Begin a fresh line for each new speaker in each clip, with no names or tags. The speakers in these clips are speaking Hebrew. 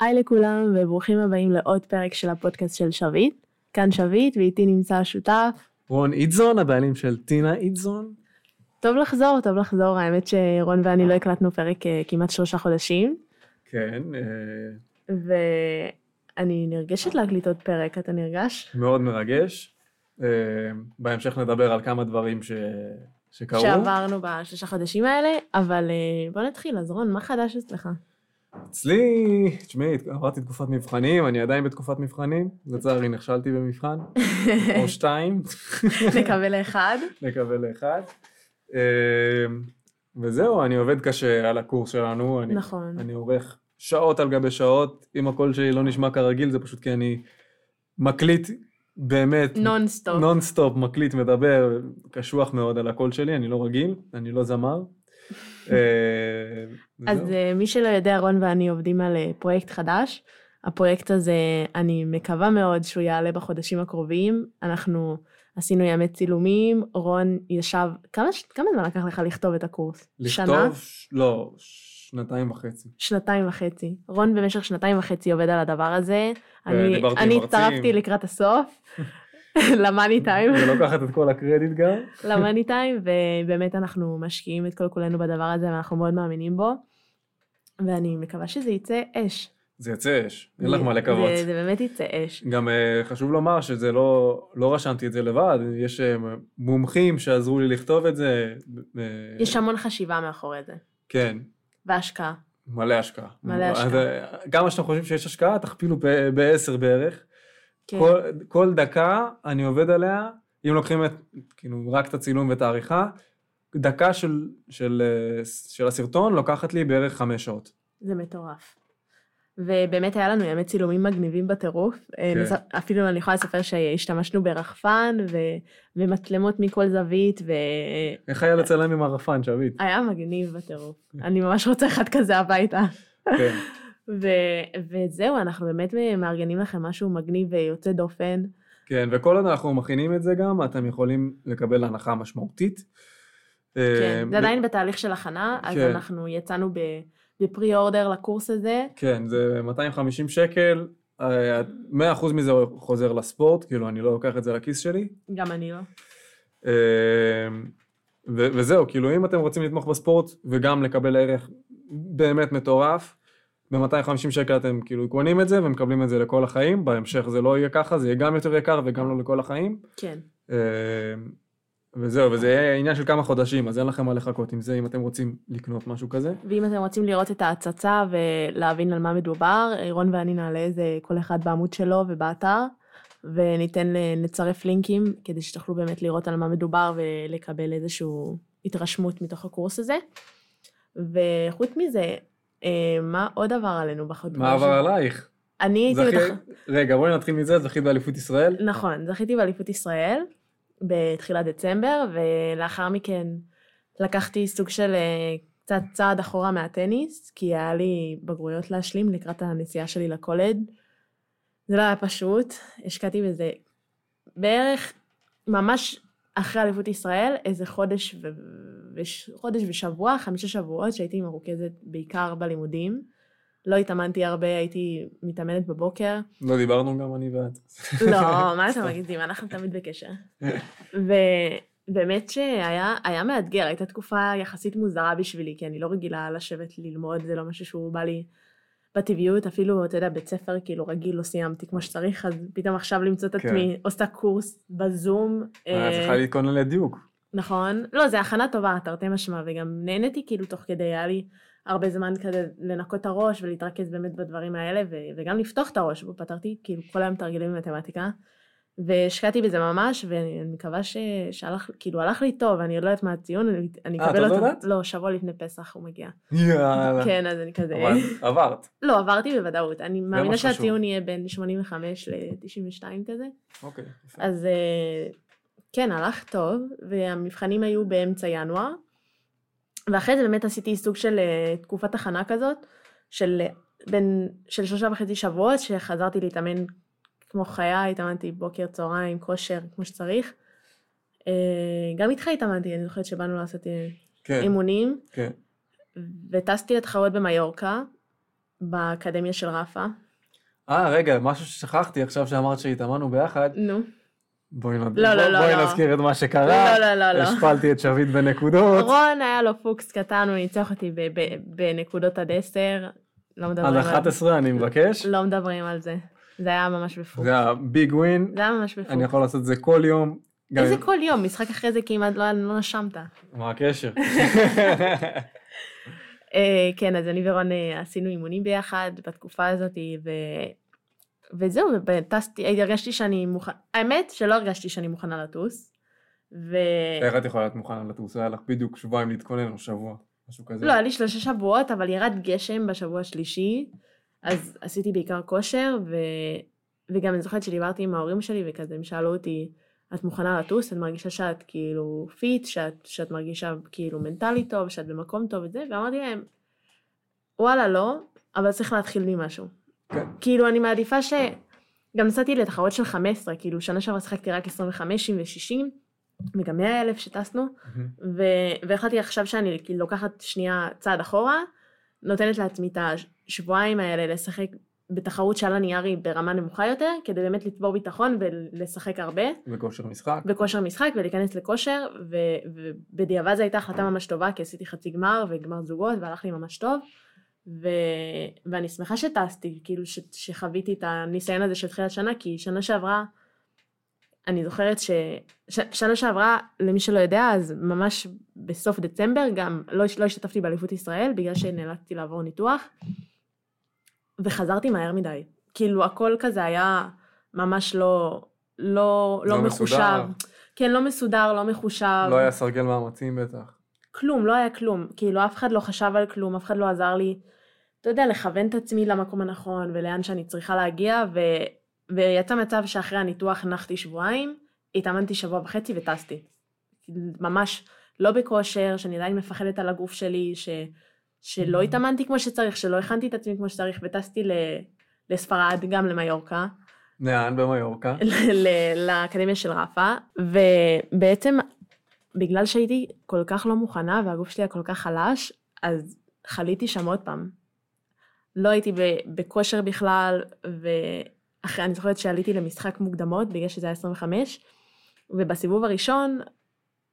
היי לכולם וברוכים הבאים לעוד פרק של הפודקאסט של שביט. כאן שביט ואיתי נמצא השותף.
רון איטזון, הבעלים של טינה איטזון.
טוב לחזור, טוב לחזור, האמת שרון ואני לא הקלטנו פרק אה, כמעט שלושה חודשים,
כן, אה,
ואני נרגשת להקליט עוד פרק, אתה נרגש?
מאוד מרגש. אה, בהמשך נדבר על כמה דברים ש... שקרו.
שעברנו בשלושה חודשים האלה, אבל אה, בוא נתחיל, אז רון, מה חדש אצלך?
אצלי, תשמעי, עברתי תקופת מבחנים, אני עדיין בתקופת מבחנים. לצערי נכשלתי במבחן, או שתיים,
נקווה לאחד.
נקווה לאחד. אה, וזהו, אני עובד קשה על הקורס שלנו. אני
נכון.
אני עורך שעות על גבי שעות, אם הקול שלי לא נשמע כרגיל, זה פשוט כי אני מקליט באמת,
נונסטופ.
נונסטופ, מקליט, מדבר, קשוח מאוד על הקול שלי, אני לא רגיל, אני לא זמר. אה,
אז
וזהו.
אה, מי שלא יודע, רון ואני עובדים על אה, פרויקט חדש. הפרויקט הזה, אני מקווה מאוד שהוא יעלה בחודשים הקרובים. אנחנו עשינו ימי צילומים, רון ישב, כמה, ש- כמה זמן לקח לך לכתוב את הקורס? שנה?
לכתוב, ש- לא, שנתיים וחצי.
שנתיים וחצי. רון במשך שנתיים וחצי עובד על הדבר הזה. אני,
ודיברתי עם
אני
מרצים.
התערבתי לקראת הסוף, למאני טיים.
ולוקחת את כל הקרדיט גם.
למאני טיים, ובאמת אנחנו משקיעים את כל כולנו בדבר הזה, ואנחנו מאוד מאמינים בו. ואני מקווה שזה יצא אש.
זה יצא אש, אין לך מה
זה-
לקוות.
זה, זה באמת יצא אש.
גם אה, חשוב לומר שזה לא, לא רשמתי את זה לבד, יש אה, מומחים שעזרו לי לכתוב את זה. אה,
יש המון חשיבה מאחורי זה,
כן,
והשקעה.
מלא השקעה.
מלא
אז,
השקעה.
אה, כמה שאתם חושבים שיש השקעה, תכפילו ב- בעשר בערך.
כן.
כל, כל דקה אני עובד עליה, אם לוקחים את, כאילו, רק את הצילום ואת העריכה, דקה של, של, אה, של הסרטון לוקחת לי בערך חמש שעות.
זה מטורף. ובאמת היה לנו ימי צילומים מגניבים בטירוף. אה,
כן.
נס- אפילו אני יכולה לספר שהשתמשנו ברחפן ו... ומצלמות מכל זווית, והיה
איך היה לצלם עם הרפן, שביט?
מגניב בטירוף. אני ממש רוצה אחד כזה הביתה.
כן.
ו... וזהו, אנחנו באמת מארגנים לכם משהו מגניב ויוצא דופן.
כן, וכל עוד אנחנו מכינים את זה גם, אתם יכולים לקבל הנחה משמעותית.
כן,
אה,
זה עדיין בתהליך של הכנה, אז
כן.
אנחנו יצאנו ב... בפרי אורדר לקורס הזה,
כן, זה 250 שקל, אה, 100% מזה חוזר לספורט, כאילו, אני לא לוקח את זה לכיס שלי.
גם אני לא.
אמ, ו- וזהו, כאילו, אם אתם רוצים לתמוך בספורט וגם לקבל ערך באמת מטורף, ב-250 שקל אתם כאילו קונים את זה ומקבלים את זה לכל החיים, בהמשך זה לא יהיה ככה, זה יהיה גם יותר יקר וגם לא לכל החיים.
כן.
אמ, וזהו, וזה יהיה עניין של כמה חודשים, אז אין לכם מה לחכות עם זה, אם אתם רוצים לקנות משהו כזה.
ואם אתם רוצים לראות את ההצצה ולהבין על מה מדובר, רון ואני נעלה את זה כל אחד בעמוד שלו ובאתר, וניתן, ל- נצרף לינקים כדי שתוכלו באמת לראות על מה מדובר ולקבל איזושהי התרשמות מתוך הקורס הזה. וחוץ מזה, אה, מה עוד עבר עלינו בחודש?
מה עבר עלייך?
אני הייתי...
זכית-
בתח-
רגע, בואי נתחיל מזה, זכית באליפות ישראל?
נכון, זכיתי באליפות ישראל בתחילת דצמבר, ולאחר מכן לקחתי סוג של אה, קצת צעד אחורה מהטניס, כי היה לי בגרויות להשלים לקראת הנסיעה שלי לקולד. זה לא היה פשוט, השקעתי בזה בערך, ממש אחרי אליפות ישראל, איזה חודש, ו... וש... חודש ושבוע, חמישה שבועות שהייתי מרוכזת בעיקר בלימודים. לא התאמנתי הרבה, הייתי מתאמנת בבוקר,
לא דיברנו גם אני ואת.
לא, מה אתם מגזים, אנחנו תמיד בקשר. ובאמת שהיה היה מאתגר, הייתה תקופה יחסית מוזרה בשבילי, כי אני לא רגילה לשבת ללמוד, זה לא משהו שהוא בא לי בטבעיות, אפילו, אתה יודע, בית ספר כאילו רגיל לא סיימתי כמו שצריך, אז פתאום עכשיו למצוא את
כן.
עצמי עושה קורס בזום.
אה,
אה,
צריכה להתכונן לדיוק.
נכון. לא, זה הכנה טובה, תרתי משמע, וגם נהניתי כאילו תוך כדי, היה לי הרבה זמן כזה לנקות את הראש ולהתרכז באמת בדברים האלה, ו- וגם לפתוח את הראש, ופתרתי כאילו כל היום תרגילים במתמטיקה, והשקעתי בזה ממש, ואני אני מקווה ש- שהלך, כאילו הלך לי טוב, אני עוד לא יודעת מה הציון, אני- אני
אה, את
אקבל
עוד
אותו.
לא יודעת?
לא, שבוע לפני פסח הוא מגיע.
יאללה.
כן, אז אני כזה...
אבל עברת.
לא, עברתי בוודאות, אני מאמינה
חשוב.
שהציון יהיה בין 85 ל-92 כזה.
אוקיי. יפה.
אז אה, כן, הלך טוב, והמבחנים היו באמצע ינואר, ואחרי זה באמת עשיתי סוג של אה, תקופת הכנה כזאת, של, אה, בין, של שלושה וחצי שבועות, שחזרתי להתאמן כמו חיה, התאמנתי בוקר, צהריים, כושר, כמו שצריך. אה, גם איתך התאמנתי, אני זוכרת שבאנו לעשות אה,
כן,
אימונים,
כן.
וטסתי לתחרות במיורקה, באקדמיה של רפה.
אה, רגע, משהו ששכחתי עכשיו שאמרת שהתאמנו ביחד.
נו.
בואי נ-
לא, לא,
בואי
לא.
נזכיר את מה
לא,
שקרה.
לא, לא, לא.
השפלתי את שביט בנקודות.
רון היה לו פוקס קטן, הוא ניצח אותי ב- ב- בנקודות עד 10. לא מדברים
עד
על
11 אני מבקש.
לא מדברים על זה. זה היה ממש בפוקס.
זה הביג ווין.
זה היה ממש בפוקס.
אני יכול לעשות את זה כל יום. גם
איזה
אם-
כל יום, משחק אחרי זה כמעט לא לא נשמת.
מה הקשר?
אה, כן, אז אני ורון אה, עשינו אימונים ביחד בתקופה הזאת, ו... וזהו, וטסתי, הרגשתי שאני מוכנה, האמת שלא הרגשתי שאני מוכנה לטוס, ו...
איך את יכולה להיות מוכנה לטוס? היה לך בדיוק שבועיים להתכונן או שבוע, משהו כזה.
לא, היה לי שלושה שבועות, אבל ירד גשם בשבוע השלישי, אז עשיתי בעיקר כושר, ו... וגם אני זוכרת שדיברתי עם ההורים שלי, וכזה הם שאלו אותי, את מוכנה לטוס? את מרגישה שאת כאילו פיט, שאת, שאת מרגישה כאילו מנטלית טוב, שאת במקום טוב וזה? ואמרתי להם, וואלה, לא, אבל צריך להתחיל ממשהו.
כן.
כאילו, אני מעדיפה ש... גם נסעתי לתחרות של 15, כאילו, שנה שעברה שיחקתי רק 25 ו-60, וגם 100 אלף שטסנו. ו- והחלטתי עכשיו שאני כאילו לוקחת שנייה צעד אחורה, נותנת לעצמי את השבועיים האלה לשחק בתחרות שעל הנייר היא ברמה נמוכה יותר, כדי באמת לצבור ביטחון ולשחק הרבה,
בכושר משחק.
בכושר משחק ולהיכנס לכושר, ו- ובדיעבד זו הייתה החלטה ממש טובה, כי עשיתי חצי גמר וגמר זוגות, והלך לי ממש טוב. ו- ואני שמחה שטסתי, כאילו ש- שחוויתי את הניסיון הזה של תחילת שנה, כי שנה שעברה, אני זוכרת ש... ש- שנה שעברה, למי שלא יודע, אז ממש בסוף דצמבר גם לא, הש- לא השתתפתי באליפות ישראל, בגלל שנאלצתי לעבור ניתוח, וחזרתי מהר מדי. כאילו, הכל כזה היה ממש לא... לא, לא,
לא
מחושב.
מסודר.
כן, לא מסודר, לא מחושב.
לא היה סרגל מאמצים בטח.
כלום, לא היה כלום. כאילו, אף אחד לא חשב על כלום, אף אחד לא עזר לי, אתה יודע, לכוון את עצמי למקום הנכון ולאן שאני צריכה להגיע, ו... ויצא מצב שאחרי הניתוח נחתי שבועיים, התאמנתי שבוע וחצי וטסתי. ממש לא בכושר, שאני עדיין מפחדת על הגוף שלי, ש...
Mm-hmm.
שלא התאמנתי כמו שצריך, שלא הכנתי את עצמי כמו שצריך, וטסתי ל... לספרד, גם למיורקה.
לאן במיורקה?
ל- לאקדמיה של רפה, ובעצם בגלל שהייתי כל כך לא מוכנה והגוף שלי היה כל כך חלש, אז חליתי שם עוד פעם. לא הייתי ב- בכושר בכלל, ואחרי, אני זוכרת שעליתי למשחק מוקדמות, בגלל שזה היה 25, ובסיבוב הראשון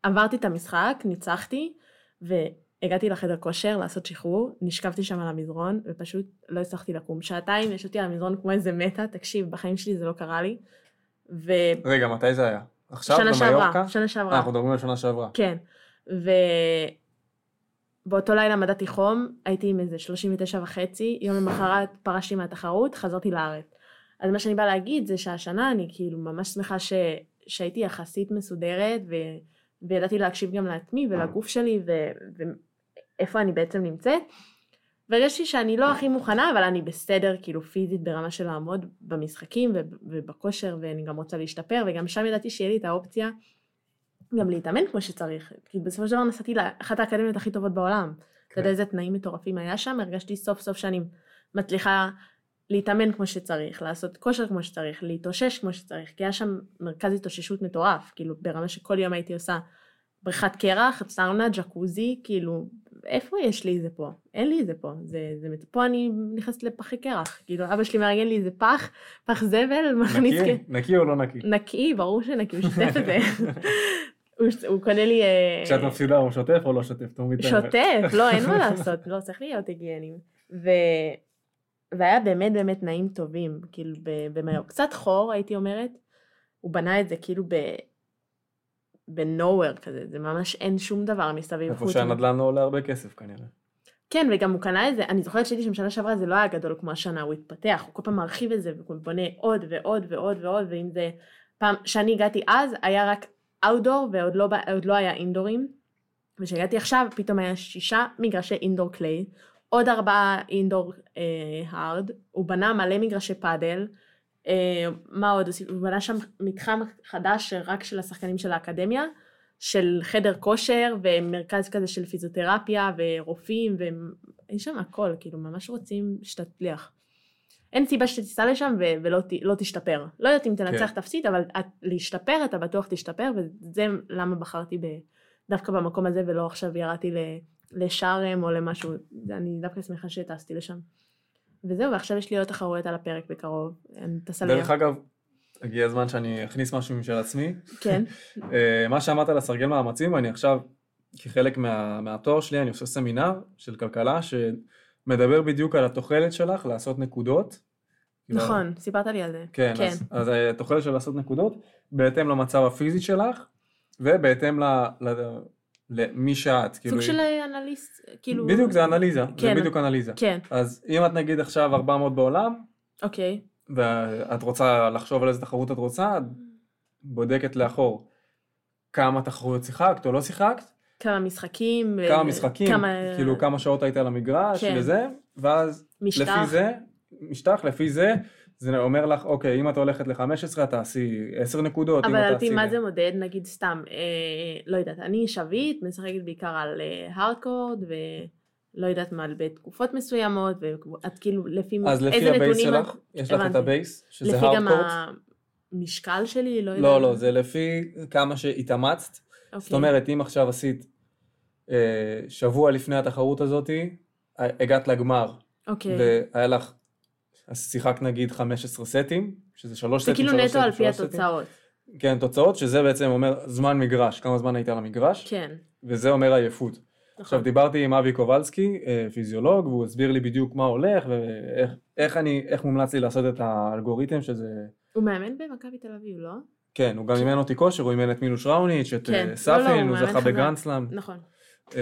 עברתי את המשחק, ניצחתי, והגעתי לחדר כושר לעשות שחרור, נשכבתי שם על המזרון, ופשוט לא הצלחתי לקום. שעתיים ישבתי על המזרון כמו איזה מתה, תקשיב, בחיים שלי זה לא קרה לי. ושנה
רגע, מתי זה היה? עכשיו
שעברה,
במיורקה?
שנה שעברה.
אה, אנחנו מדברים על שנה שעברה.
כן. ובאותו לילה מדדתי חום, הייתי עם איזה 39 וחצי, יום למחרת פרשתי מהתחרות, חזרתי לארץ. אז מה שאני באה להגיד זה שהשנה אני כאילו ממש שמחה ש... שהייתי יחסית מסודרת, ו... וידעתי להקשיב גם לעצמי ולגוף שלי, ו... ואיפה אני בעצם נמצאת. והרגשתי שאני לא הכי מוכנה, אבל אני בסדר, כאילו פיזית, ברמה של לעמוד במשחקים וב- ובכושר, ואני גם רוצה להשתפר, וגם שם ידעתי שיהיה לי את האופציה גם להתאמן כמו שצריך. כי בסופו של דבר נסעתי לאחת האקדמיות הכי טובות בעולם. אתה יודע איזה תנאים מטורפים היה שם, הרגשתי סוף סוף שאני מצליחה להתאמן כמו שצריך, לעשות כושר כמו שצריך, להתאושש כמו שצריך, כי היה שם מרכז התאוששות מטורף, כאילו ברמה שכל יום הייתי עושה בריכת קרח, סאונה, ג'קוזי, כאילו, איפה יש לי את זה פה? אין לי את זה פה. זה, זה, מת- פה אני נכנסת לפחי קרח, כאילו אבא שלי מארגן לי איזה פח, פח זבל, מכניס...
נקי? נקי או לא נקי?
נקי, ברור שנקי, הוא שוטף את זה. הוא, הוא קונה לי... אה,
כשאת מפסידה הוא שוטף או לא שוטף? תאמרי את האמת.
שוטף, לא, אין מה לעשות, לא, צריך להיות היגיינים. ו... והיה באמת באמת תנאים טובים, כאילו ב- במיור. קצת חור, הייתי אומרת, הוא בנה את זה כאילו ב... בנוהוור כזה, זה ממש אין שום דבר מסביב.
איפה
חוץ מ-
שהנדלן לא עולה הרבה כסף כנראה.
כן, וגם הוא קנה את זה, אני זוכרת שהייתי שם שנה שעברה, זה לא היה גדול כמו השנה, הוא התפתח, הוא כל פעם מרחיב את זה, והוא בונה עוד ועוד ועוד ועוד, ואם זה... פעם, כשאני הגעתי אז, היה רק אאוטדור, ועוד לא, בא- עוד לא היה אינדורים. וכשהגעתי עכשיו, פתאום היה שישה מגרשי אינדור קליי, עוד ארבעה אינדור אה, הארד, הוא בנה מלא מגרשי פאדל. אה, מה עוד? עושים? הוא בנה שם מתחם חדש רק של השחקנים של האקדמיה, של חדר כושר ומרכז כזה של פיזיותרפיה ורופאים ויש שם הכל, כאילו ממש רוצים שתצליח. אין סיבה שתיסע לשם ו- ולא ת- לא תשתפר. לא יודעת אם תנצח
כן.
תפסיד, אבל את, להשתפר אתה בטוח תשתפר, וזה למה בחרתי ב, דווקא במקום הזה ולא עכשיו ירדתי ל- לשארם או למשהו. אני דווקא שמחה שטסתי לשם. וזהו, ועכשיו יש לי עוד תחרויות על הפרק בקרוב. אני טסה
דרך אגב, הגיע הזמן שאני אכניס משהו משל עצמי.
כן,
אה, מה שאמרת על הסרגל מאמצים, אני עכשיו, כחלק מה, מהתואר שלי, אני עושה סמינר של כלכלה, שמדבר בדיוק על התוחלת שלך לעשות נקודות. כאילו,
נכון, סיפרת לי על זה.
כן, כן.
כן.
אז, אז התוחלת של לעשות נקודות, בהתאם למצב הפיזי שלך, ובהתאם ל... ל למי שאת, כאילו,
סוג של אה, אנליסט, כאילו...
בדיוק זה אנליזה, זה
כן.
בדיוק אנליזה.
כן,
אז אם את נגיד עכשיו 400 בעולם,
אוקיי.
ואת רוצה לחשוב על איזה תחרות את רוצה, את בודקת לאחור כמה תחרויות שיחקת או לא שיחקת,
כמה משחקים. ו-
כמה משחקים,
כמה-
כאילו כמה שעות היית על המגרש
כן.
וזה, ואז
משטח.
לפי זה, משטח, לפי זה, זה אומר לך, אוקיי, אם את הולכת ל-15, תעשי 10 נקודות, אם
אבל
את
על פי
תעשי...
מה זה מודד, נגיד סתם, אה, לא יודעת, אני שביט, משחקת בעיקר על אה, הארדקורד, ולא יודעת מה, בתקופות מסוימות, ואת כאילו, לפי
אז לפי
איזה
הבייס
נתונים...
שלך,
את-
יש לך את
הבנתי.
הבייס, שזה
לפי גם
הארדקורט.
המשקל שלי, לא יודעת.
לא, לא, זה לפי כמה שהתאמצת.
אוקיי.
זאת אומרת, אם עכשיו עשית אה, שבוע לפני התחרות הזאתי, הגעת לגמר,
אוקיי.
והיה לך, אז שיחקת נגיד 15 סטים, שזה שלוש
זה
סטים,
כאילו
שלוש
נטו
סטים,
על פי
שלוש סטים.
התוצאות.
כן, תוצאות, שזה בעצם אומר זמן מגרש, כמה זמן היית על המגרש,
כן.
וזה אומר עייפות.
נכון.
עכשיו, דיברתי עם אבי קובלסקי, אה, פיזיולוג, והוא הסביר לי בדיוק מה הולך, ואיך איך אני, איך מומלץ לי לעשות את האלגוריתם, שזה...
הוא מאמן במכבי תל אביב, לא?
כן, הוא גם אימן אותי כושר, הוא אימן את מילוש ראוניץ', את
כן.
אה,
לא, לא,
ספין,
הוא
הוא
מאמן
זכה
חזק.
בגרנד סלאם.
נכון.
אה,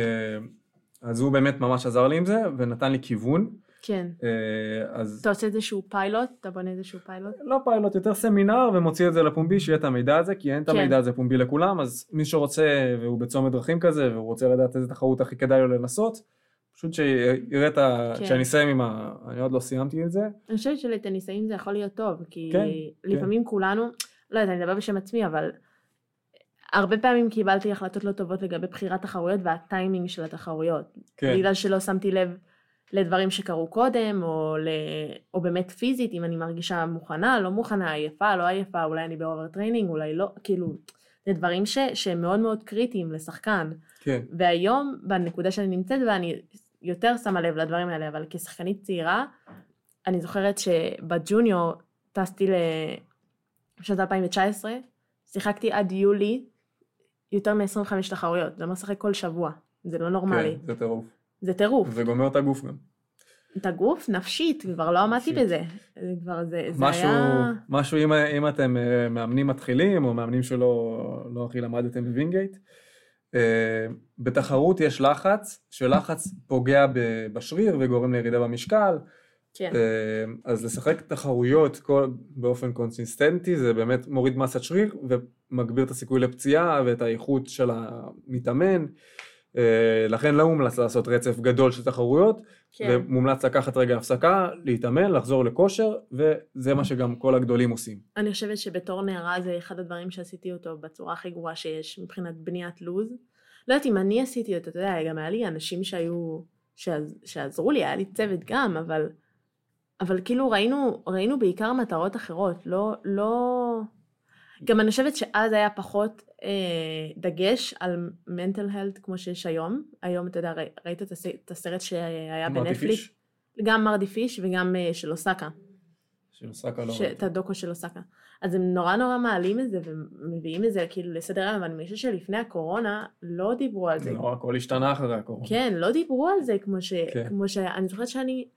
אז הוא באמת ממש עזר לי עם זה, ונתן לי כיוון.
כן.
אה, אז
אתה עושה איזשהו פיילוט? אתה בונה איזשהו פיילוט?
לא פיילוט, יותר סמינר, ומוציא את זה לפומבי, שיהיה את המידע הזה, כי אין את
כן.
המידע הזה פומבי לכולם, אז מי שרוצה, והוא בצומת דרכים כזה, והוא רוצה לדעת איזה תחרות הכי כדאי לו לנסות, פשוט שיראה את ה...
כן.
כשאני אסיים עם ה... אני עוד לא סיימתי את זה.
אני חושבת שלטניסאים זה יכול להיות טוב, כי
כן,
כן,
כן.
לפעמים כן. כולנו, לא יודעת, אני מדבר בשם עצמי, אבל הרבה פעמים קיבלתי החלטות לא טובות לגבי בחירת תחרויות והטיימינג של התחרויות.
כן,
בגלל שלא שמתי לב לדברים שקרו קודם, או, ל... או באמת פיזית, אם אני מרגישה מוכנה, לא מוכנה, עייפה, לא עייפה, אולי אני באובר טריינינג, אולי לא, כאילו, זה דברים ש... שהם מאוד מאוד קריטיים לשחקן.
כן,
והיום, בנקודה שאני נמצאת בה, אני יותר שמה לב לדברים האלה, אבל כשחקנית צעירה, אני זוכרת שבג'וניור טסתי לשנת 2019, שיחקתי עד יולי יותר מ-25 תחרויות, זה אומר לשחק כל שבוע, זה לא נורמלי,
כן, זה טירוף.
זה טירוף.
זה גומר את הגוף גם.
את הגוף נפשית, כבר לא עמדתי
נפשית.
בזה. זה כבר, זה, זה
משהו,
היה...
משהו אם, אם אתם אה, מאמנים מתחילים, או מאמנים שלא לא הכי למדתם בווינגייט, אה, בתחרות יש לחץ, שלחץ פוגע ב- בשריר וגורם לירידה במשקל,
כן,
אה, אז לשחק תחרויות כל, באופן קונסיסטנטי זה באמת מוריד מסת שריר ומגביר את הסיכוי לפציעה ואת האיכות של המתאמן. אה, לכן לא מומלץ לעשות רצף גדול של תחרויות,
כן.
ומומלץ לקחת רגע הפסקה, להתאמן, לחזור לכושר, וזה מה שגם כל הגדולים עושים.
אני חושבת שבתור נערה זה אחד הדברים שעשיתי אותו בצורה הכי גרועה שיש מבחינת בניית לו"ז. לא יודעת אם אני עשיתי אותו, אתה יודע, גם היה לי אנשים שהיו, שעז, שעזרו לי, היה לי צוות גם, אבל, אבל כאילו ראינו, ראינו בעיקר מטרות אחרות, לא, לא... גם אני חושבת שאז היה פחות אה, דגש על mental health כמו שיש היום. היום, אתה יודע, ראי- ראית את הס- את הסרט שהיה
אמרתי
בנטפליקס?
פיש,
גם מרדי פיש וגם אה, של אוסקה.
שנוסק על
ש- את הדוקו של אוסקה. אז הם נורא נורא מעלים את זה ומביאים את זה כאילו לסדר היום, אבל אני חושבת שלפני הקורונה לא דיברו על זה.
נורא, הכל השתנה אחרי הקורונה.
כן, לא דיברו על זה כמו ש...
כן.
כמו ש... אני זוכרת שאני...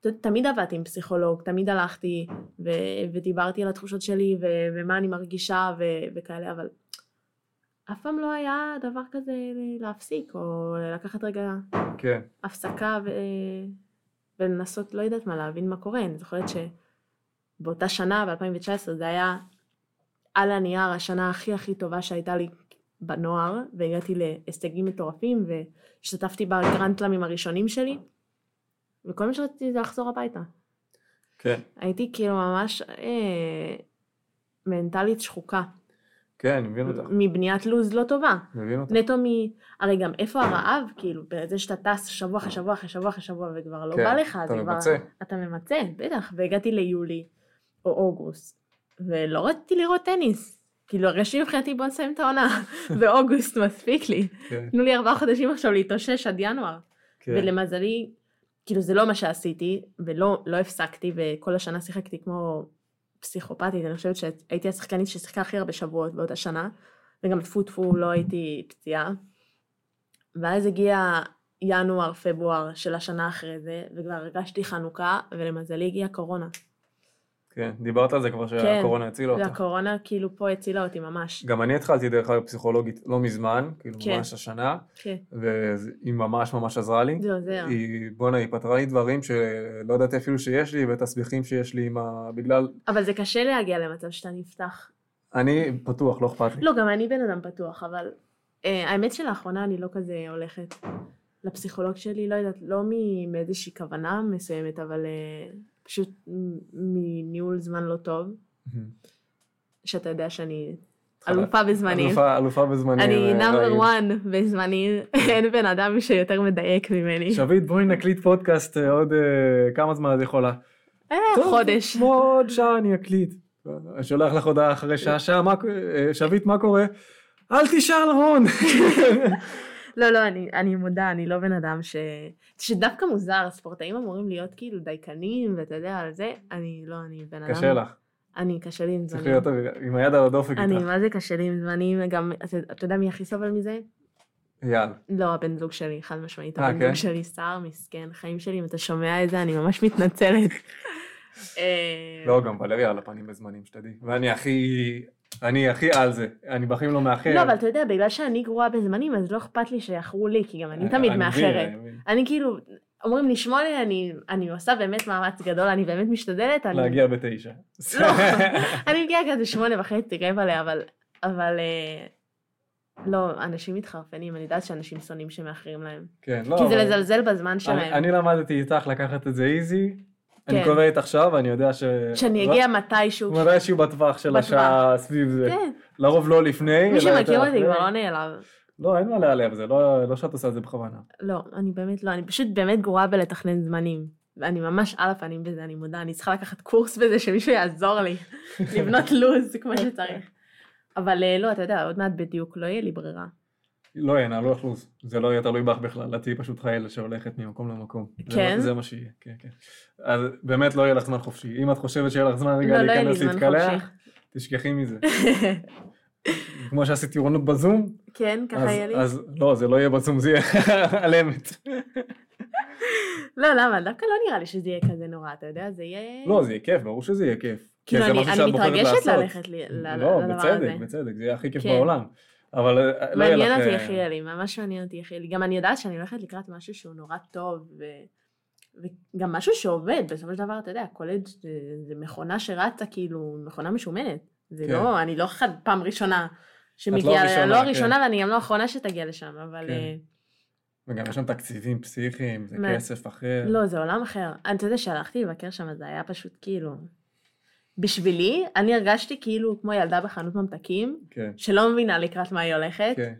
אתה יודע, תמיד עבדתי עם פסיכולוג, תמיד הלכתי ו... ודיברתי על התחושות שלי ו... ומה אני מרגישה ו... וכאלה, אבל אף פעם לא היה דבר כזה להפסיק, או לקחת רגע
כן.
הפסקה ו... ולנסות, לא יודעת מה, להבין מה קורה. אני זוכרת שבאותה שנה, ב-2019, זה היה על הנייר השנה הכי הכי טובה שהייתה לי בנוער, והגעתי להישגים מטורפים, והשתתפתי בגרנטלמים הראשונים שלי, וכל מה שרציתי זה לחזור הביתה.
כן.
הייתי כאילו ממש אה, מנטלית שחוקה,
כן, אני מבין אותך.
מבניית לו"ז לא טובה.
מבין אותך.
נטו מ... הרי גם איפה הרעב, כאילו, בזה שאתה טס שבוע אחרי שבוע אחרי שבוע אחרי שבוע, וכבר לא
כן,
בא לך,
אתה
זה כבר...
ממצה.
אתה ממצה, בטח. והגעתי ליולי, או אוגוסט, ולא רציתי לראות טניס. כאילו, הרגשתי מבחינתי, בוא נסיים את העונה. באוגוסט מספיק לי.
כן,
תנו לי ארבעה חודשים עכשיו להתאושש עד ינואר.
כן.
ולמזלי, כאילו זה לא מה שעשיתי, ולא לא הפסקתי, וכל השנה שיחקתי כמו פסיכופתית, אני חושבת שהייתי השחקנית ששיחקה הכי הרבה שבועות באותה שנה, וגם טפו טפו לא הייתי פציעה. ואז הגיע ינואר, פברואר של השנה אחרי זה, וכבר הרגשתי חנוכה, ולמזלי הגיעה קורונה.
כן, דיברת על זה כבר שהקורונה הצילה אותך.
והקורונה כאילו פה הצילה אותי ממש.
גם אני התחלתי דרך אגב פסיכולוגית לא מזמן, כאילו
כן.
ממש השנה,
כן,
והיא ממש ממש עזרה לי.
זה עוזר.
היא, בואנה, היא פתרה לי דברים שלא ידעתי אפילו שיש לי, ואת הסביכים שיש לי עם ה... בגלל...
אבל זה קשה להגיע למצב שאתה נפתח.
אני פתוח, לא אכפת לי.
לא, גם אני בן אדם פתוח, אבל אה, האמת שלאחרונה אני לא כזה הולכת לפסיכולוג שלי, לא יודעת, לא מ- מאיזושהי כוונה מסוימת, אבל אה, פשוט מ- מניהול זמן לא טוב, שאתה יודע שאני אלופה בזמנים.
אלופה, אלופה בזמנים.
אני
אה,
נאמבר
רגיל.
וואן בזמנים, אין בן אדם שיותר מדייק ממני.
שביט, בואי נקליט פודקאסט אה, עוד אה, כמה זמן את יכולה.
אה,
"טוב,
חודש.
כמו עוד שעה אני אקליט. אני שולח לך הודעה אחרי שעה, שעה, מה ק- אה, שביט, מה קורה? אל תשאל רון.
לא, לא, אני, אני מודה, אני לא בן אדם ש... שדווקא מוזר, ספורטאים אמורים להיות כאילו דייקנים, ואתה יודע, על זה, אני לא, אני בן אדם...
קשה לך,
אני, קשה לי עם
צריך
זמנים.
להיות עם היד על הדופק
לא- אני,
איתך.
מה זה קשה לי עם זמנים, גם, אתה, אתה יודע מי הכי סובל מזה?
יאללה.
לא, הבן זוג שלי, חד משמעית,
אה,
הבן
כן?
זוג שלי, סער, מסכן, חיים שלי, אם אתה שומע את זה, אני ממש מתנצלת. אה,
לא, גם ולריה על הפנים בזמנים, שתדעי. ואני הכי... אני הכי על זה. אני בחיים לא מאחר.
לא, אבל אתה יודע, בגלל שאני גרועה בזמנים, אז לא אכפת לי שיאחרו לי, כי גם אני תמיד
מבין,
מאחרת.
אה, אני מבין.
אני כאילו, אומרים לי שמונה, אני, אני עושה באמת מאמץ גדול, אני באמת משתדלת, אני,
להגיע בתשע.
לא. אני מגיעה כזה שמונה וחצי, רבע ל... אבל, אבל אה, לא, אנשים מתחרפנים, אני יודעת שאנשים שונאים שמאחרים להם.
כן, לא.
כי זה
אבל-
לזלזל בזמן
אני-
שלהם.
אני למדתי איתך לקחת את זה איזי. אני
כן.
קורא איתך עכשיו, אני יודע ש...
שאני אגיע מתישהו.
מתישהו בטווח של
בטווח.
השעה סביב זה.
כן,
לרוב לא לפני.
מי
אלא יותר
שמכיר אותי
אחרי.
כבר לא נעלב.
לא, אין מה להיעלב, זה לא לא שאת עושה את זה בכוונה.
לא, אני באמת לא, אני פשוט באמת גרועה בלתכנן זמנים. ואני ממש על הפנים בזה, אני מודה, אני צריכה לקחת קורס בזה, שמישהו יעזור לי לבנות לו"ז כמו שצריך. אבל אה, לא, אתה יודע, עוד מעט בדיוק לא יהיה לי ברירה.
לא, ינהלו לך לו"ז. זה לא יהיה תלוי בך בכלל, את תהיי פשוט חיילת שהולכת ממקום למקום. זה
כן?
מה- זה מה שיהיה, כן, כן. אז באמת לא יהיה לך זמן חופשי. אם את חושבת שיהיה לך זמן רגע
לא, לא יהיה לי
להיכנס
זמן
להתקלח,
חופשי.
תשכחי מזה. כמו שעשית טירונות בזום,
כן,
אז-
ככה יהיה לי.
אז לא, זה לא יהיה בזום, זה יהיה על אמת.
לא, למה? דווקא לא נראה לי שזה יהיה כזה נורא, אתה יודע, זה יהיה...
לא, זה יהיה כיף, ברור שזה יהיה כיף. כי
כאילו,
זה
אני
משהו
אני
שאת בוחרת
מתרגשת
לעשות.
ללכת ל- ל-
לא,
לדבר הזה.
בצדק, בצדק, זה יהיה הכי כיף
כן.
בעולם. אבל אה, לא יהיה לך...
מעניין אותי
אה,
איך יהיה לי, ממש מעניין אותי איך יהיה לי. גם אני יודעת שאני הולכת לקראת משהו שהוא נורא טוב, ו... וגם משהו שעובד, בסופו של דבר, אתה יודע, קולג' זה, זה מכונה שרצה, כאילו, מכונה משומנת. זה
כן.
לא, אני לא חד, פעם ראשונה שמגיעה,
הראשונה,
אני לא
כן.
הראשונה ואני גם לא האחרונה שתגיע לשם, אבל
כן.
אה,
וגם יש שם תקציבים פסיכיים, זה
מה?
כסף אחר.
לא, זה עולם אחר. אני, אתה יודע, שהלכתי לבקר שם, זה היה פשוט כאילו... בשבילי, אני הרגשתי כאילו כמו ילדה בחנות ממתקים,
כן,
שלא מבינה לקראת מה היא הולכת,
כן.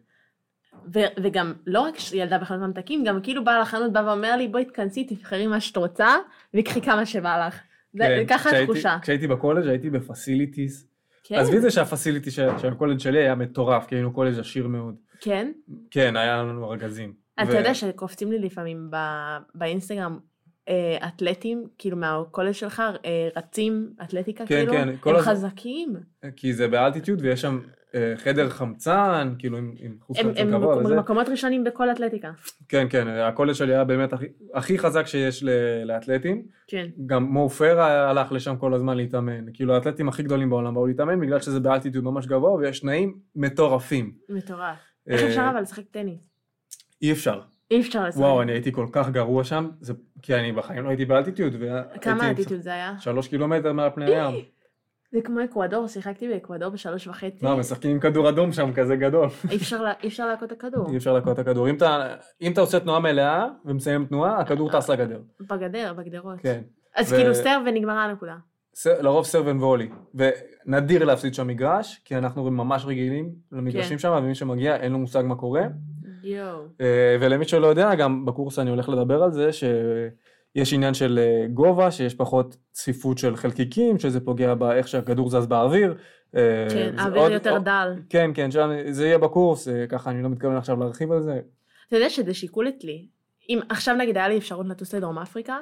ו- וגם לא רק ש- ילדה בחנות ממתקים, גם כאילו בעל החנות בא ואומר לי, בואי תכנסי, תבחרי מה שאת רוצה, וקחי כמה שבא לך. זה-
כן,
ככה
כשהייתי-
התחושה.
כשהייתי בקולג' הייתי בפסיליטיז.
כן,
עזבי את זה שהפסיליטי של של הקולג' שלי היה מטורף, כי היינו קולג' עשיר מאוד.
כן.
כן, היה לנו ארגזים.
אתה
ו-
יודע שקופצים לי לפעמים ב- באינסטגרם אה, אתלטים, כאילו מהקולג' שלך, אה, רצים, אתלטיקה,
כן,
כאילו,
כן, כל
הם
הז-
חזקים.
כי זה באלטיטיוד ויש שם אה, חדר חמצן, כאילו עם עם חוץ
הם-
חמצן
הם
גבוה וזה.
מקומות ראשונים בכל אתלטיקה.
כן, כן, הקולג' שלי היה באמת הכי- הכי חזק שיש ל- לאתלטים.
כן.
גם מו פרה הלך לשם כל הזמן להתאמן. כאילו האתלטים הכי גדולים בעולם באו להתאמן בגלל שזה באלטיטיוד ממש גבוה ויש תנאים מטורפים.
מטורף. איך
אה,
אפשר אבל לשחק טניס?
אי אפשר.
אי אפשר לשחק.
וואו, אני הייתי כל כך גרוע שם, זה... כי אני בחיים לא הייתי באלטיטיוד. והייתי-
כמה אטיטוד זה היה?
שלוש קילומטר מעל פני הים.
זה כמו אקוודור, שיחקתי באקוודור בשלוש וחצי.
מה, משחקים עם כדור אדום שם כזה גדול.
אי אפשר לה- אי אפשר להכות את הכדור.
אי אפשר לקרוא את הכדור. אם אתה- אם אתה עושה תנועה מלאה ומסיים תנועה, הכדור טס לגדר.
בגדר, בגדרות.
כן.
אז
ו-
כאילו סטר ונגמרה הנקודה.
ס- לרוב סרבן וולי. ונדיר להפסיד שם מגרש, כי אנחנו ממש רגילים
כן.
למגרשים שם, ומי שמגיע אין לו מושג מה קורה.
יואו.
אה, ולמי שלא יודע, גם בקורס אני הולך לדבר על זה, שיש עניין של אה, גובה, שיש פחות צפיפות של חלקיקים, שזה פוגע באיך שהכדור זז באוויר. אה,
כן,
זה
האוויר
עוד-
יותר
עוד-
דל.
כן, כן, שם- זה יהיה בקורס, אה, ככה אני לא מתכוון עכשיו להרחיב על זה.
אתה יודע שזה שיקול אצלי. אם עכשיו נגיד היה לי אפשרות לטוס לדרום אפריקה,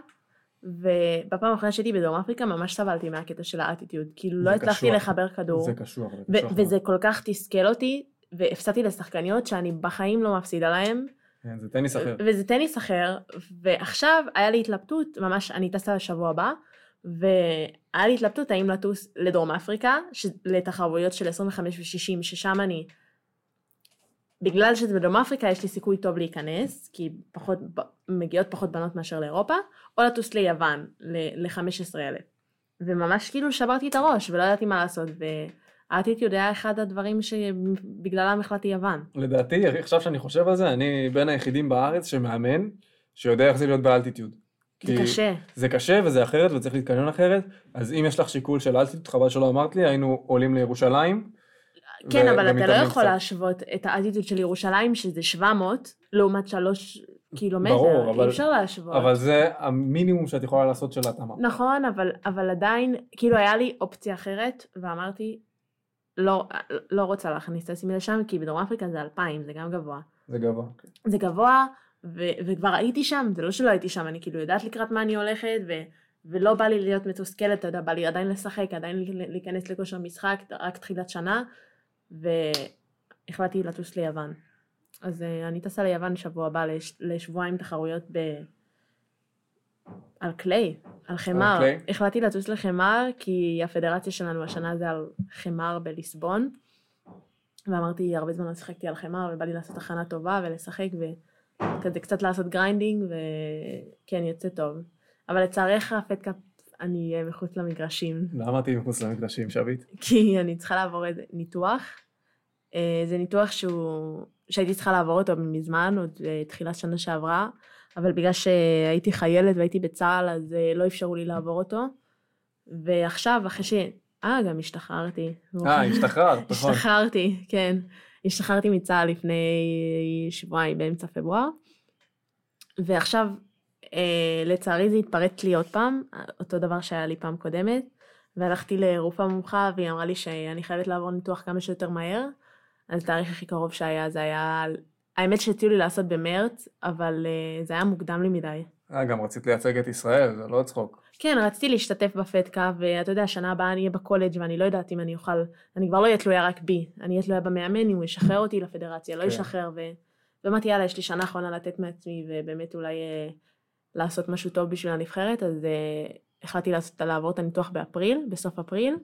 ובפעם האחרונה שהייתי בדרום אפריקה ממש סבלתי מהקטע של האטיטיוד, כאילו לא
זה
הצלחתי
קשוח.
לחבר כדור,
זה קשוח, זה
לא. ו-
קשוח. מאוד.
וזה כל כך תסכל אותי, והפסדתי לשחקניות שאני בחיים לא מפסידה להן,
כן, זה טניס אחר.
וזה טניס אחר, ועכשיו היה לי התלבטות, ממש, אני טסה לשבוע הבא, והיה לי התלבטות האם לטוס לדרום אפריקה, ש... לתחרויות של 25 ו-60, ששם אני... בגלל שזה בדרום אפריקה, יש לי סיכוי טוב להיכנס, כי פחות, ב- מגיעות פחות בנות מאשר לאירופה, או לטוס ליוון, ל-15,000. וממש כאילו שברתי את הראש, ולא ידעתי מה לעשות, והאטיטיוד היה אחד הדברים שבגללם החלטתי יוון.
לדעתי, עכשיו שאני חושב על זה, אני בין היחידים בארץ שמאמן, שיודע איך זה להיות באלטיטיוד.
זה
כי-
קשה.
זה קשה וזה אחרת וצריך להתקנן אחרת, אז אם יש לך שיקול של אלטיטיוד, חבל שלא אמרת לי, היינו עולים לירושלים.
כן,
ו-
אבל אתה לא
ומתאמנים
יכול
קצת.
להשוות את האטיטוד של ירושלים, שזה 700, לעומת 3 קילומטר.
ברור,
אי
אבל-
אפשר להשוות.
אבל זה המינימום שאת יכולה לעשות של התאמה.
נכון, אבל, אבל עדיין, כאילו, היה לי אופציה אחרת, ואמרתי, לא, לא רוצה להכניס את עצמי לשם, כי בדרום אפריקה זה 2,000, זה גם גבוה.
זה גבוה.
זה גבוה, ו- וכבר הייתי שם, זה לא שלא הייתי שם, אני כאילו יודעת לקראת מה אני הולכת, ו- ולא בא לי להיות מתוסכלת, אתה יודע, בא לי עדיין לשחק, עדיין ל- להיכנס לכושר משחק, רק תחילת שנה, והחלטתי לטוס ליוון. אז אה, אני טסה ליוון שבוע הבא לש- לשבועיים תחרויות ב... על קליי, על חמר.
קליי?
החלטתי לטוס לחמר, כי הפדרציה שלנו השנה זה על חמר בליסבון. ואמרתי, הרבה זמן לא שיחקתי על חמר, ובא לי לעשות הכנה טובה ולשחק, וכזה קצת לעשות גריינדינג, וכן, יוצא טוב. אבל לצערך, הפדקאפ, אני אהיה מחוץ למגרשים,
למה תהיי מחוץ למקדשים, שביט?
כי אני צריכה לעבור איזה ניתוח. אה, זה ניתוח שהוא... שהייתי צריכה לעבור אותו מזמן, עוד אה, תחילת שנה שעברה, אבל בגלל שהייתי חיילת והייתי בצה"ל, אז אה, לא אפשרו לי לעבור אותו. ועכשיו, אחרי ש... אה, גם השתחררתי.
אה, השתחררת, נכון.
אוקיי. השתחררתי, כן. השתחררתי מצה"ל לפני שבועיים, באמצע פברואר. ועכשיו, אה, לצערי זה התפרץ לי עוד פעם, אותו דבר שהיה לי פעם קודמת. והלכתי לרופאה מומחה, והיא אמרה לי שאני חייבת לעבור ניתוח כמה שיותר מהר. אז התאריך הכי קרוב שהיה, זה היה... האמת שהציעו לי לעשות במרץ, אבל אה, זה היה מוקדם לי מדי.
אה, גם רצית לייצג את ישראל, זה לא צחוק.
כן, רציתי להשתתף בפדקה, ואתה יודע, שנה הבאה אני אהיה בקולג' ואני לא יודעת אם אני אוכל, אני כבר לא אהיה תלויה רק בי, אני אהיה תלויה במאמן, אם הוא ישחרר אותי לפדרציה, לא
כן.
ישחרר, ו... ואמרתי, יאללה, יש לי שנה אחרונה לתת מעצמי, ובאמת אולי אה, לעשות משהו טוב בשביל הנבחרת, אז אה, החלטתי לעשות, לעבור את הניתוח באפריל, בסוף אפריל,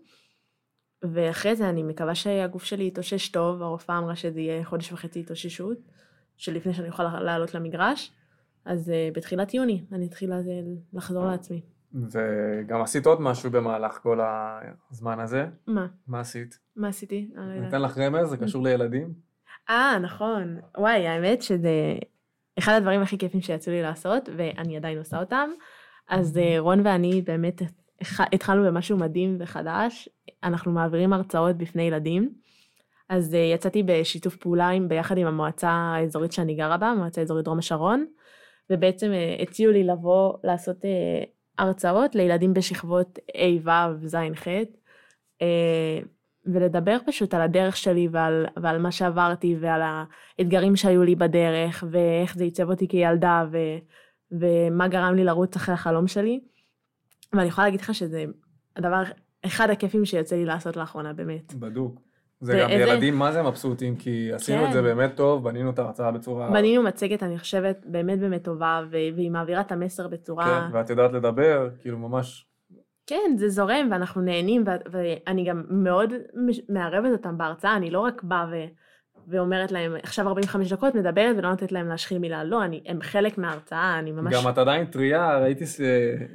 ואחרי זה אני מקווה שהגוף שלי יתאושש טוב, הרופאה אמרה שזה יהיה חודש וחצי התאוששות, שלפני שאני אוכל לעלות למגרש, אז אה, בתחילת יוני אני אתחיל אז, אה, לחזור לעצמי.
וגם עשית עוד משהו במהלך כל הזמן הזה.
מה?
מה עשית?
מה עשיתי? אני לא יודעת.
ניתן לך רמז, זה קשור לילדים.
אה, נכון. וואי, האמת שזה אחד הדברים הכי כיפים שיצאו לי לעשות, ואני עדיין עושה אותם. אז אה, רון ואני באמת התח- התחלנו במשהו מדהים וחדש. אנחנו מעבירים הרצאות בפני ילדים. אז אה, יצאתי בשיתוף פעולה עם, ביחד עם המועצה האזורית שאני גרה בה, מועצה אזורית דרום השרון, ובעצם אה, הציעו לי לבוא לעשות אה, הרצאות לילדים בשכבות ה', ו', ז', ח', אה, ולדבר פשוט על הדרך שלי ועל, ועל מה שעברתי ועל האתגרים שהיו לי בדרך ואיך זה עיצב אותי כילדה ו, ומה גרם לי לרוץ אחרי החלום שלי. ואני יכולה להגיד לך שזה הדבר, אחד הכיפים שיוצא לי לעשות לאחרונה, באמת.
בדוק. זה
זה-
גם
איזה-
ילדים, מה זה מבסוטים, כי עשינו את
כן.
זה באמת טוב, בנינו את ההרצאה בצורה...
בנינו מצגת, אני חושבת, באמת באמת טובה, ו- והיא מעבירה את המסר בצורה...
כן, ואת יודעת לדבר, כאילו ממש...
כן, זה זורם, ואנחנו נהנים, ו- ואני גם מאוד מש- מערבת אותם בהרצאה, אני לא רק באה ו- ואומרת להם, עכשיו 45 דקות מדברת ולא נותנת להם להשחיל מילה, לא, אני, הם חלק מההרצאה, אני ממש...
גם את עדיין טריה, ראיתי ס-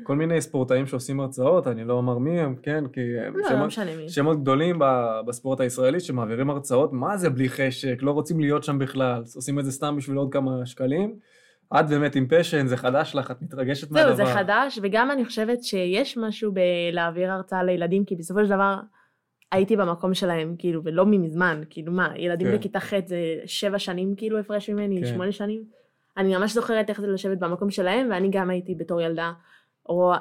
כל מיני ספורטאים שעושים הרצאות, אני לא אומר מי הם, כן, כי הם
לא, לא
שמות-
משנה מי.
שמות גדולים ב- בספורט הישראלי שמעבירים הרצאות, מה זה בלי חשק, לא רוצים להיות שם בכלל, עושים את זה סתם בשביל עוד כמה שקלים. את באמת עם פשן, זה חדש לך, את מתרגשת
זהו,
מהדבר.
זה חדש, וגם אני חושבת שיש משהו בלהעביר הרצאה לילדים, כי בסופו של דבר הייתי במקום שלהם, כאילו, ולא ממזמן, כאילו, מה, ילדים
כן.
בכיתה ח' זה שבע שנים כאילו הפרש ממני,
כן.
שמונה שנים. אני ממש זוכרת איך זה לשבת במקום שלהם, ואני גם הייתי בתור ילדה, או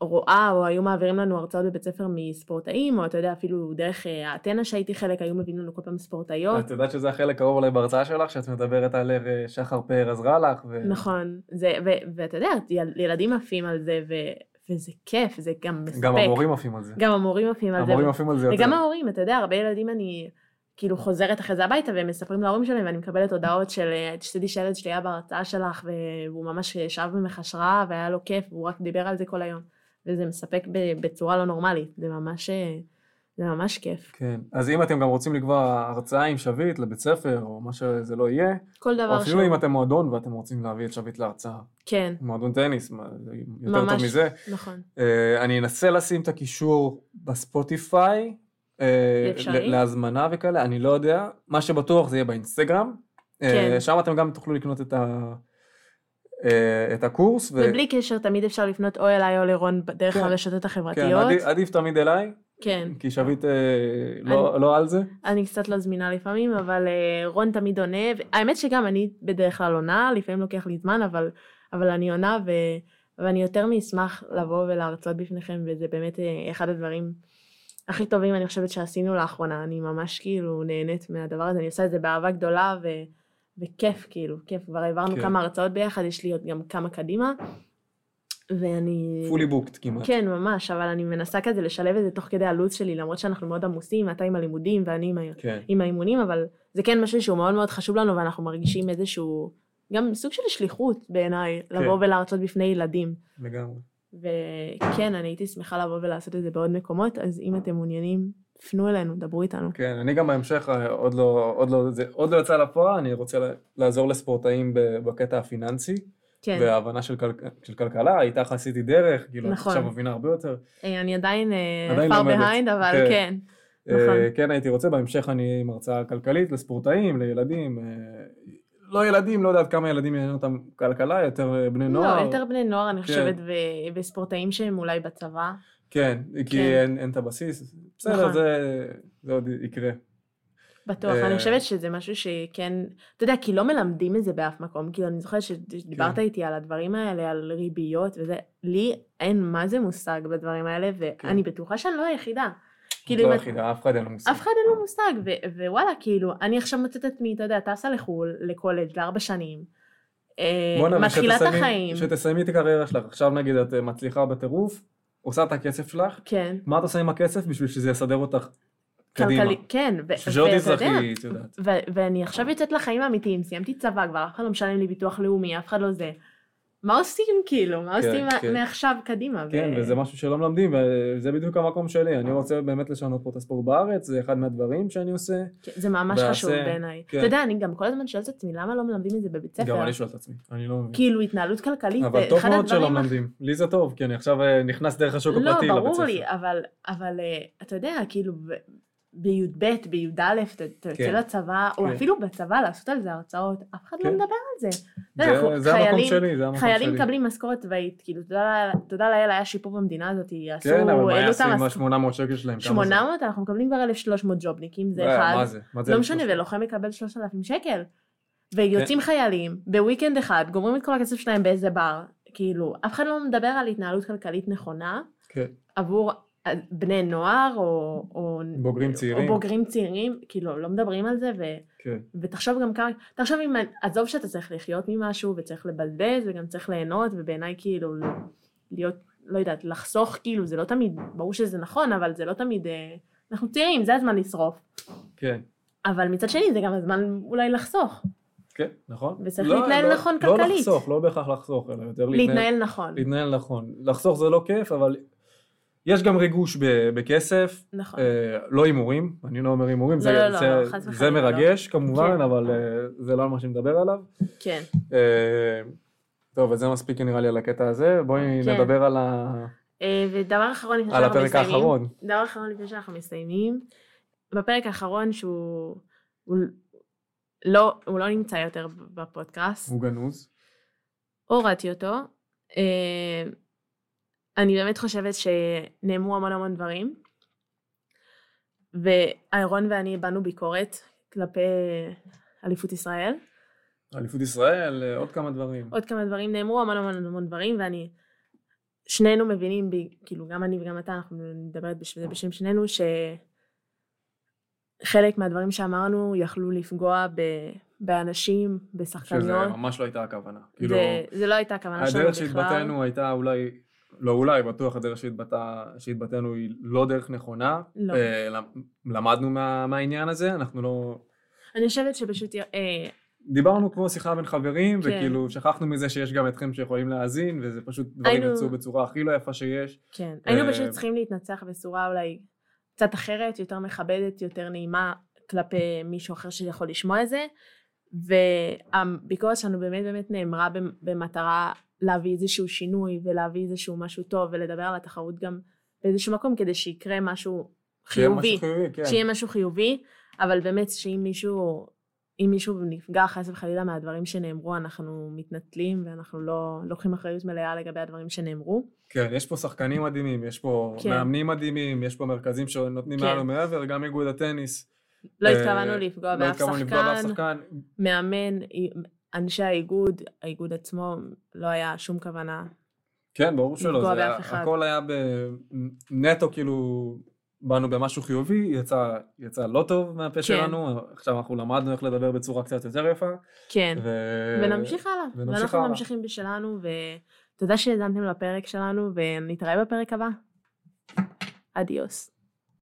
רואה, או היו מעבירים לנו הרצאות בבית ספר מספורטאים, או אתה יודע, אפילו דרך אה, האתנה שהייתי חלק, היו מביאים לנו כל פעם ספורטאיות.
את יודעת שזה החלק קרוב אולי בהרצאה שלך, שאת מדברת על איך, אה, שחר פאר עזרה לך, ו...
נכון, זה, ו- ואתה יודע, יל- ילדים עפים על זה, ו- וזה כיף, זה גם מספק.
גם המורים עפים על זה.
גם המורים עפים על זה.
המורים עפים על זה יותר.
וגם ההורים, אתה יודע, הרבה ילדים אני כאילו חוזרת אחרי זה הביתה והם מספרים להורים שלהם ואני מקבלת הודעות של אה, תשתדלי שהילד שלי היה בהרצאה שלך והוא ממש אה, שב ממך השראה והיה לו כיף והוא רק דיבר על זה כל היום. וזה מספק ב- בצורה לא נורמלית, זה ממש, אה, זה ממש כיף.
כן. אז אם אתם גם רוצים לקבוע הרצאה עם שביט לבית ספר, או מה שזה לא יהיה,
כל
או
דבר
אפילו אם אתם מועדון ואתם רוצים להביא את שביט להרצאה,
כן,
מועדון טניס, מה, זה יותר
ממש.
טוב מזה.
נכון.
אה, אני אנסה לשים את הקישור בספוטיפיי, אה,
אפשרי?
ל- להזמנה וכאלה, אני לא יודע. מה שבטוח זה יהיה באינסטגרם. אה,
כן.
שם אתם גם תוכלו לקנות את, ה... אה, את הקורס. ו-
ובלי קשר, תמיד אפשר לפנות או אליי או לרון דרך
כן.
הרשתות
כן,
החברתיות.
עדיף, עדיף תמיד אליי,
כן.
כי שביט אה, לא, לא על זה.
אני קצת לא זמינה לפעמים, אבל אה, רון תמיד עונה. האמת שגם אני בדרך כלל עונה, לפעמים לוקח לי זמן, אבל, אבל אני עונה, ו, ואני יותר מאשמח לבוא ולהרצות בפניכם, וזה באמת אה, אחד הדברים הכי טובים, אני חושבת, שעשינו לאחרונה. אני ממש כאילו נהנית מהדבר הזה, אני עושה את זה באהבה גדולה, ו, וכיף, כאילו, כיף. כבר העברנו
כן.
כן. כמה הרצאות ביחד, יש לי עוד גם כמה קדימה, ואני...
פולי בוקט כמעט.
כן, ממש, אבל אני מנסה כזה לשלב את זה תוך כדי הלו"ז שלי, למרות שאנחנו מאוד עמוסים, אתה עם הלימודים ואני עם ה...
כן.
עם האימונים, אבל זה כן משהו שהוא מאוד מאוד חשוב לנו, ואנחנו מרגישים איזשהו, גם סוג של שליחות בעיניי,
כן.
לבוא ולהרצות בפני ילדים.
לגמרי.
וכן, אני הייתי שמחה לבוא ולעשות את זה בעוד מקומות, אז אם אתם מעוניינים, פנו אלינו, דברו איתנו.
כן, אני גם בהמשך, אה, עוד לא, עוד לא, זה עוד לא יצא לפועל, אני רוצה לה- לעזור לספורטאים ב- בקטע הפיננסי,
כן.
וההבנה של, כל, של כלכלה, איתך עשיתי דרך, כאילו, נכון.
נכון.
עכשיו מבינה הרבה יותר.
אה, אני עדיין אה,
עדיין
far
לומדת.
behind, אבל
כן.
כן.
נכון.
נכון.
כן, הייתי רוצה, בהמשך אני אהיה עם הרצאה כלכלית לספורטאים, לילדים, אה, לא ילדים, לא יודע עד כמה ילדים יעניין אותם כלכלה, יותר אה, בני נוער.
לא, יותר בני נוער, אני
כן.
חושבת, ו- וספורטאים שהם אולי בצבא.
כן, כי
כן.
אין, אין את הבסיס. בסדר,
נכון.
זה, זה עוד יקרה.
בטוח,
אה,
אני חושבת שזה משהו שכן, אתה יודע, כי לא מלמדים את זה באף מקום, כאילו, אני זוכרת שדיברת
כן.
איתי על הדברים האלה, על ריביות וזה, לי אין מה זה מושג בדברים האלה, ואני בטוחה שאני לא היחידה. כאילו,
כן. לא
אם את-
יחידה, אף אחד אין לו מושג.
אף אחד אין לו מושג, ו- ווואלה, כאילו, אני עכשיו מוצאת את עצמי, אתה יודע, טסה לחו"ל, לקולג' לארבע שנים, אה,
בואנה,
מתחילה את
ושתסיימי-
החיים,
שתסיימי את הקריירה שלך. עכשיו נגיד את אה, מצליחה בטירוף, עושה את הכסף שלך,
כן,
מה את עושה עם הכסף בשביל שזה יסדר אותך קדימה?
כלכלי, כן, ו-
בשביל שעוד
ואתה יודע,
תזרחי, את יודעת.
ו- ואני עכשיו יוצאת לחיים האמיתיים, סיימתי צבא כבר, אף אחד לא משלם לי ביטוח לאומי, אף אחד לא זה. מה עושים כאילו? מה
כן,
עושים מה-
כן.
מעכשיו קדימה?
כן,
ו- אה.
וזה משהו שלא מלמדים, וזה בדיוק המקום שלי. אני רוצה באמת לשנות פה את הספורט בארץ, זה אחד מהדברים שאני עושה.
כן, זה ממש
ועשה,
חשוב בעיניי.
כן.
אתה יודע, אני גם כל הזמן שואלת את עצמי, למה לא מלמדים את זה בבית ספר?
גם אני שואל את עצמי, אני לא מבין.
כאילו, התנהלות כלכלית,
אבל
זה
טוב
אחד
מאוד שלא
הדברים הכי-
מלמדים. לי זה טוב, כי אני עכשיו אה, נכנס דרך השוק
לא,
הפרטי לבית ספר.
ברור לי, אבל, אבל אה, אתה יודע, כאילו, ב- בי"ב, בי"א, אתה אתה יוצא
כן.
לצבא, או
כן.
אפילו בצבא לעשות על זה הרצאות, אף אחד לא
כן.
מדבר על זה. אתה יודע, לא, אנחנו
זה- זה המקום
חיילים-
שלי, זה המקום שלי.
חיילים מקבלים משכורת צבאית, כאילו, תודה ל- תודה לאל, היה שיפור במדינה הזאת, עשו,
כן, אבל מה
העלו
יעשו
את
עם
המשכורת.
ה-800 שקל שלהם? כמה זה?
800, אנחנו מקבלים כבר 1,300 ג'ובניקים, זה
אה,
אחד.
מה זה? מה זה? כן.
לא משנה, ולוחם מקבל 3,000 שקל. ויוצאים חיילים, בוויקנד אחד, גומרים את כל הכסף שלהם באיזה בר. כאילו, אף אחד לא מדבר על התנהלות כלכלית נכונה
כן.
עבור אה, בני נוער או... או
בוגרים
או
צעירים?
בוגרים צעירים, כאילו, לא מדברים על זה, ו...
כן.
ותחשוב גם כמה, תחשוב אם, עזוב שאתה צריך לחיות ממשהו וצריך לבזבז וגם צריך ליהנות ובעיניי כאילו להיות, לא יודעת, לחסוך כאילו זה לא תמיד, ברור שזה נכון אבל זה לא תמיד, אה, אנחנו צעירים זה הזמן לשרוף,
כן.
אבל מצד שני זה גם הזמן אולי לחסוך,
כן, נכון.
וצריך
לא-
להתנהל
לא-
נכון
לא
כלכלית.
לחסוך, לא בהכרח לחסוך, אלא יותר להתנהל.
להתנהל נכון,
להתנהל נכון. לחסוך זה לא כיף, אבל יש גם ריגוש ב- בכסף.
נכון,
אה, לא הימורים, אני לא אומר הימורים,
לא,
זה-
לא, לא,
זה-
חס
זה
וחלילה,
מרגש כמובן,
כן.
אבל אה, זה לא על מה שנדבר עליו.
כן.
אה, טוב, אז זה מספיק נראה לי על הקטע הזה, בואי
כן.
נדבר על ה-
אה, ודבר אחרון לפני
על
שאנחנו
הפרק
מסיימים,
האחרון.
דבר אחרון לפני שאנחנו מסיימים, בפרק האחרון שהוא, הוא לא, הוא לא נמצא יותר בפודקאסט,
הוא גנוז.
הורדתי אותו. אה, אני באמת חושבת שנאמרו המון המון דברים, ואירון ואני הבענו ביקורת כלפי אליפות ישראל.
אליפות ישראל, אה, עוד כמה דברים.
עוד כמה דברים נאמרו, המון המון המון דברים, ואני שנינו מבינים, ב- כאילו גם אני וגם אתה, אנחנו נדברת בשביל זה בשם שנינו, שחלק מהדברים שאמרנו יכלו לפגוע ב... באנשים,
שזה
בשחקניות.
ממש לא הייתה הכוונה. כאילו,
זה, זה לא הייתה הכוונה שלנו בכלל.
הדרך שהתבטאנו הייתה אולי, לא אולי, בטוח הדרך שהתבטא- שהתבטאנו היא לא דרך נכונה.
לא.
אה, למ- למדנו מה- מהעניין הזה, אנחנו לא...
אני חושבת שפשוט, אה,
דיברנו כמו שיחה בין חברים,
כן.
וכאילו שכחנו מזה שיש גם אתכם שיכולים להאזין, וזה פשוט דברים
היינו-
יצאו בצורה הכי לא יפה שיש.
כן, היינו
אה,
פשוט צריכים להתנצח בצורה אולי קצת אחרת, יותר מכבדת, יותר נעימה כלפי מישהו אחר שיכול לשמוע את זה, והביקורת שלנו באמת באמת נאמרה במ- במטרה להביא איזשהו שינוי ולהביא איזשהו משהו טוב ולדבר על התחרות גם באיזשהו מקום כדי שיקרה משהו
שיהיה משהו
חיובי.
חיובי, כן.
שיהיה משהו חיובי, אבל באמת שאם מישהו, אם מישהו נפגע חס וחלילה מהדברים שנאמרו, אנחנו מתנצלים ואנחנו לא לוקחים אחריות מלאה לגבי הדברים שנאמרו.
כן, יש פה שחקנים מדהימים, יש פה
כן.
מאמנים מדהימים, יש פה מרכזים שנותנים
כן.
מעל ומעבר, גם איגוד הטניס.
לא
אה,
התכוונו לפגוע
לא
באף
התכוונו לפגוע באף
שחקן,
שחקן.
מאמן, אנשי האיגוד, האיגוד עצמו, לא היה שום כוונה.
כן, ברור שלא,
לפגוע
זה היה-
באף אחד.
הכל היה בנטו, כאילו, באנו במשהו חיובי, יצא- יצא לא טוב מהפה שלנו, עכשיו אנחנו למדנו איך לדבר בצורה קצת יותר יפה.
כן,
ו-
ונמשיך הלאה.
ונמשיך
ואנחנו
הלאה.
ממשיכים בשלנו, ותודה שהאזנתם לפרק שלנו, ונתראה בפרק הבא. אדיוס.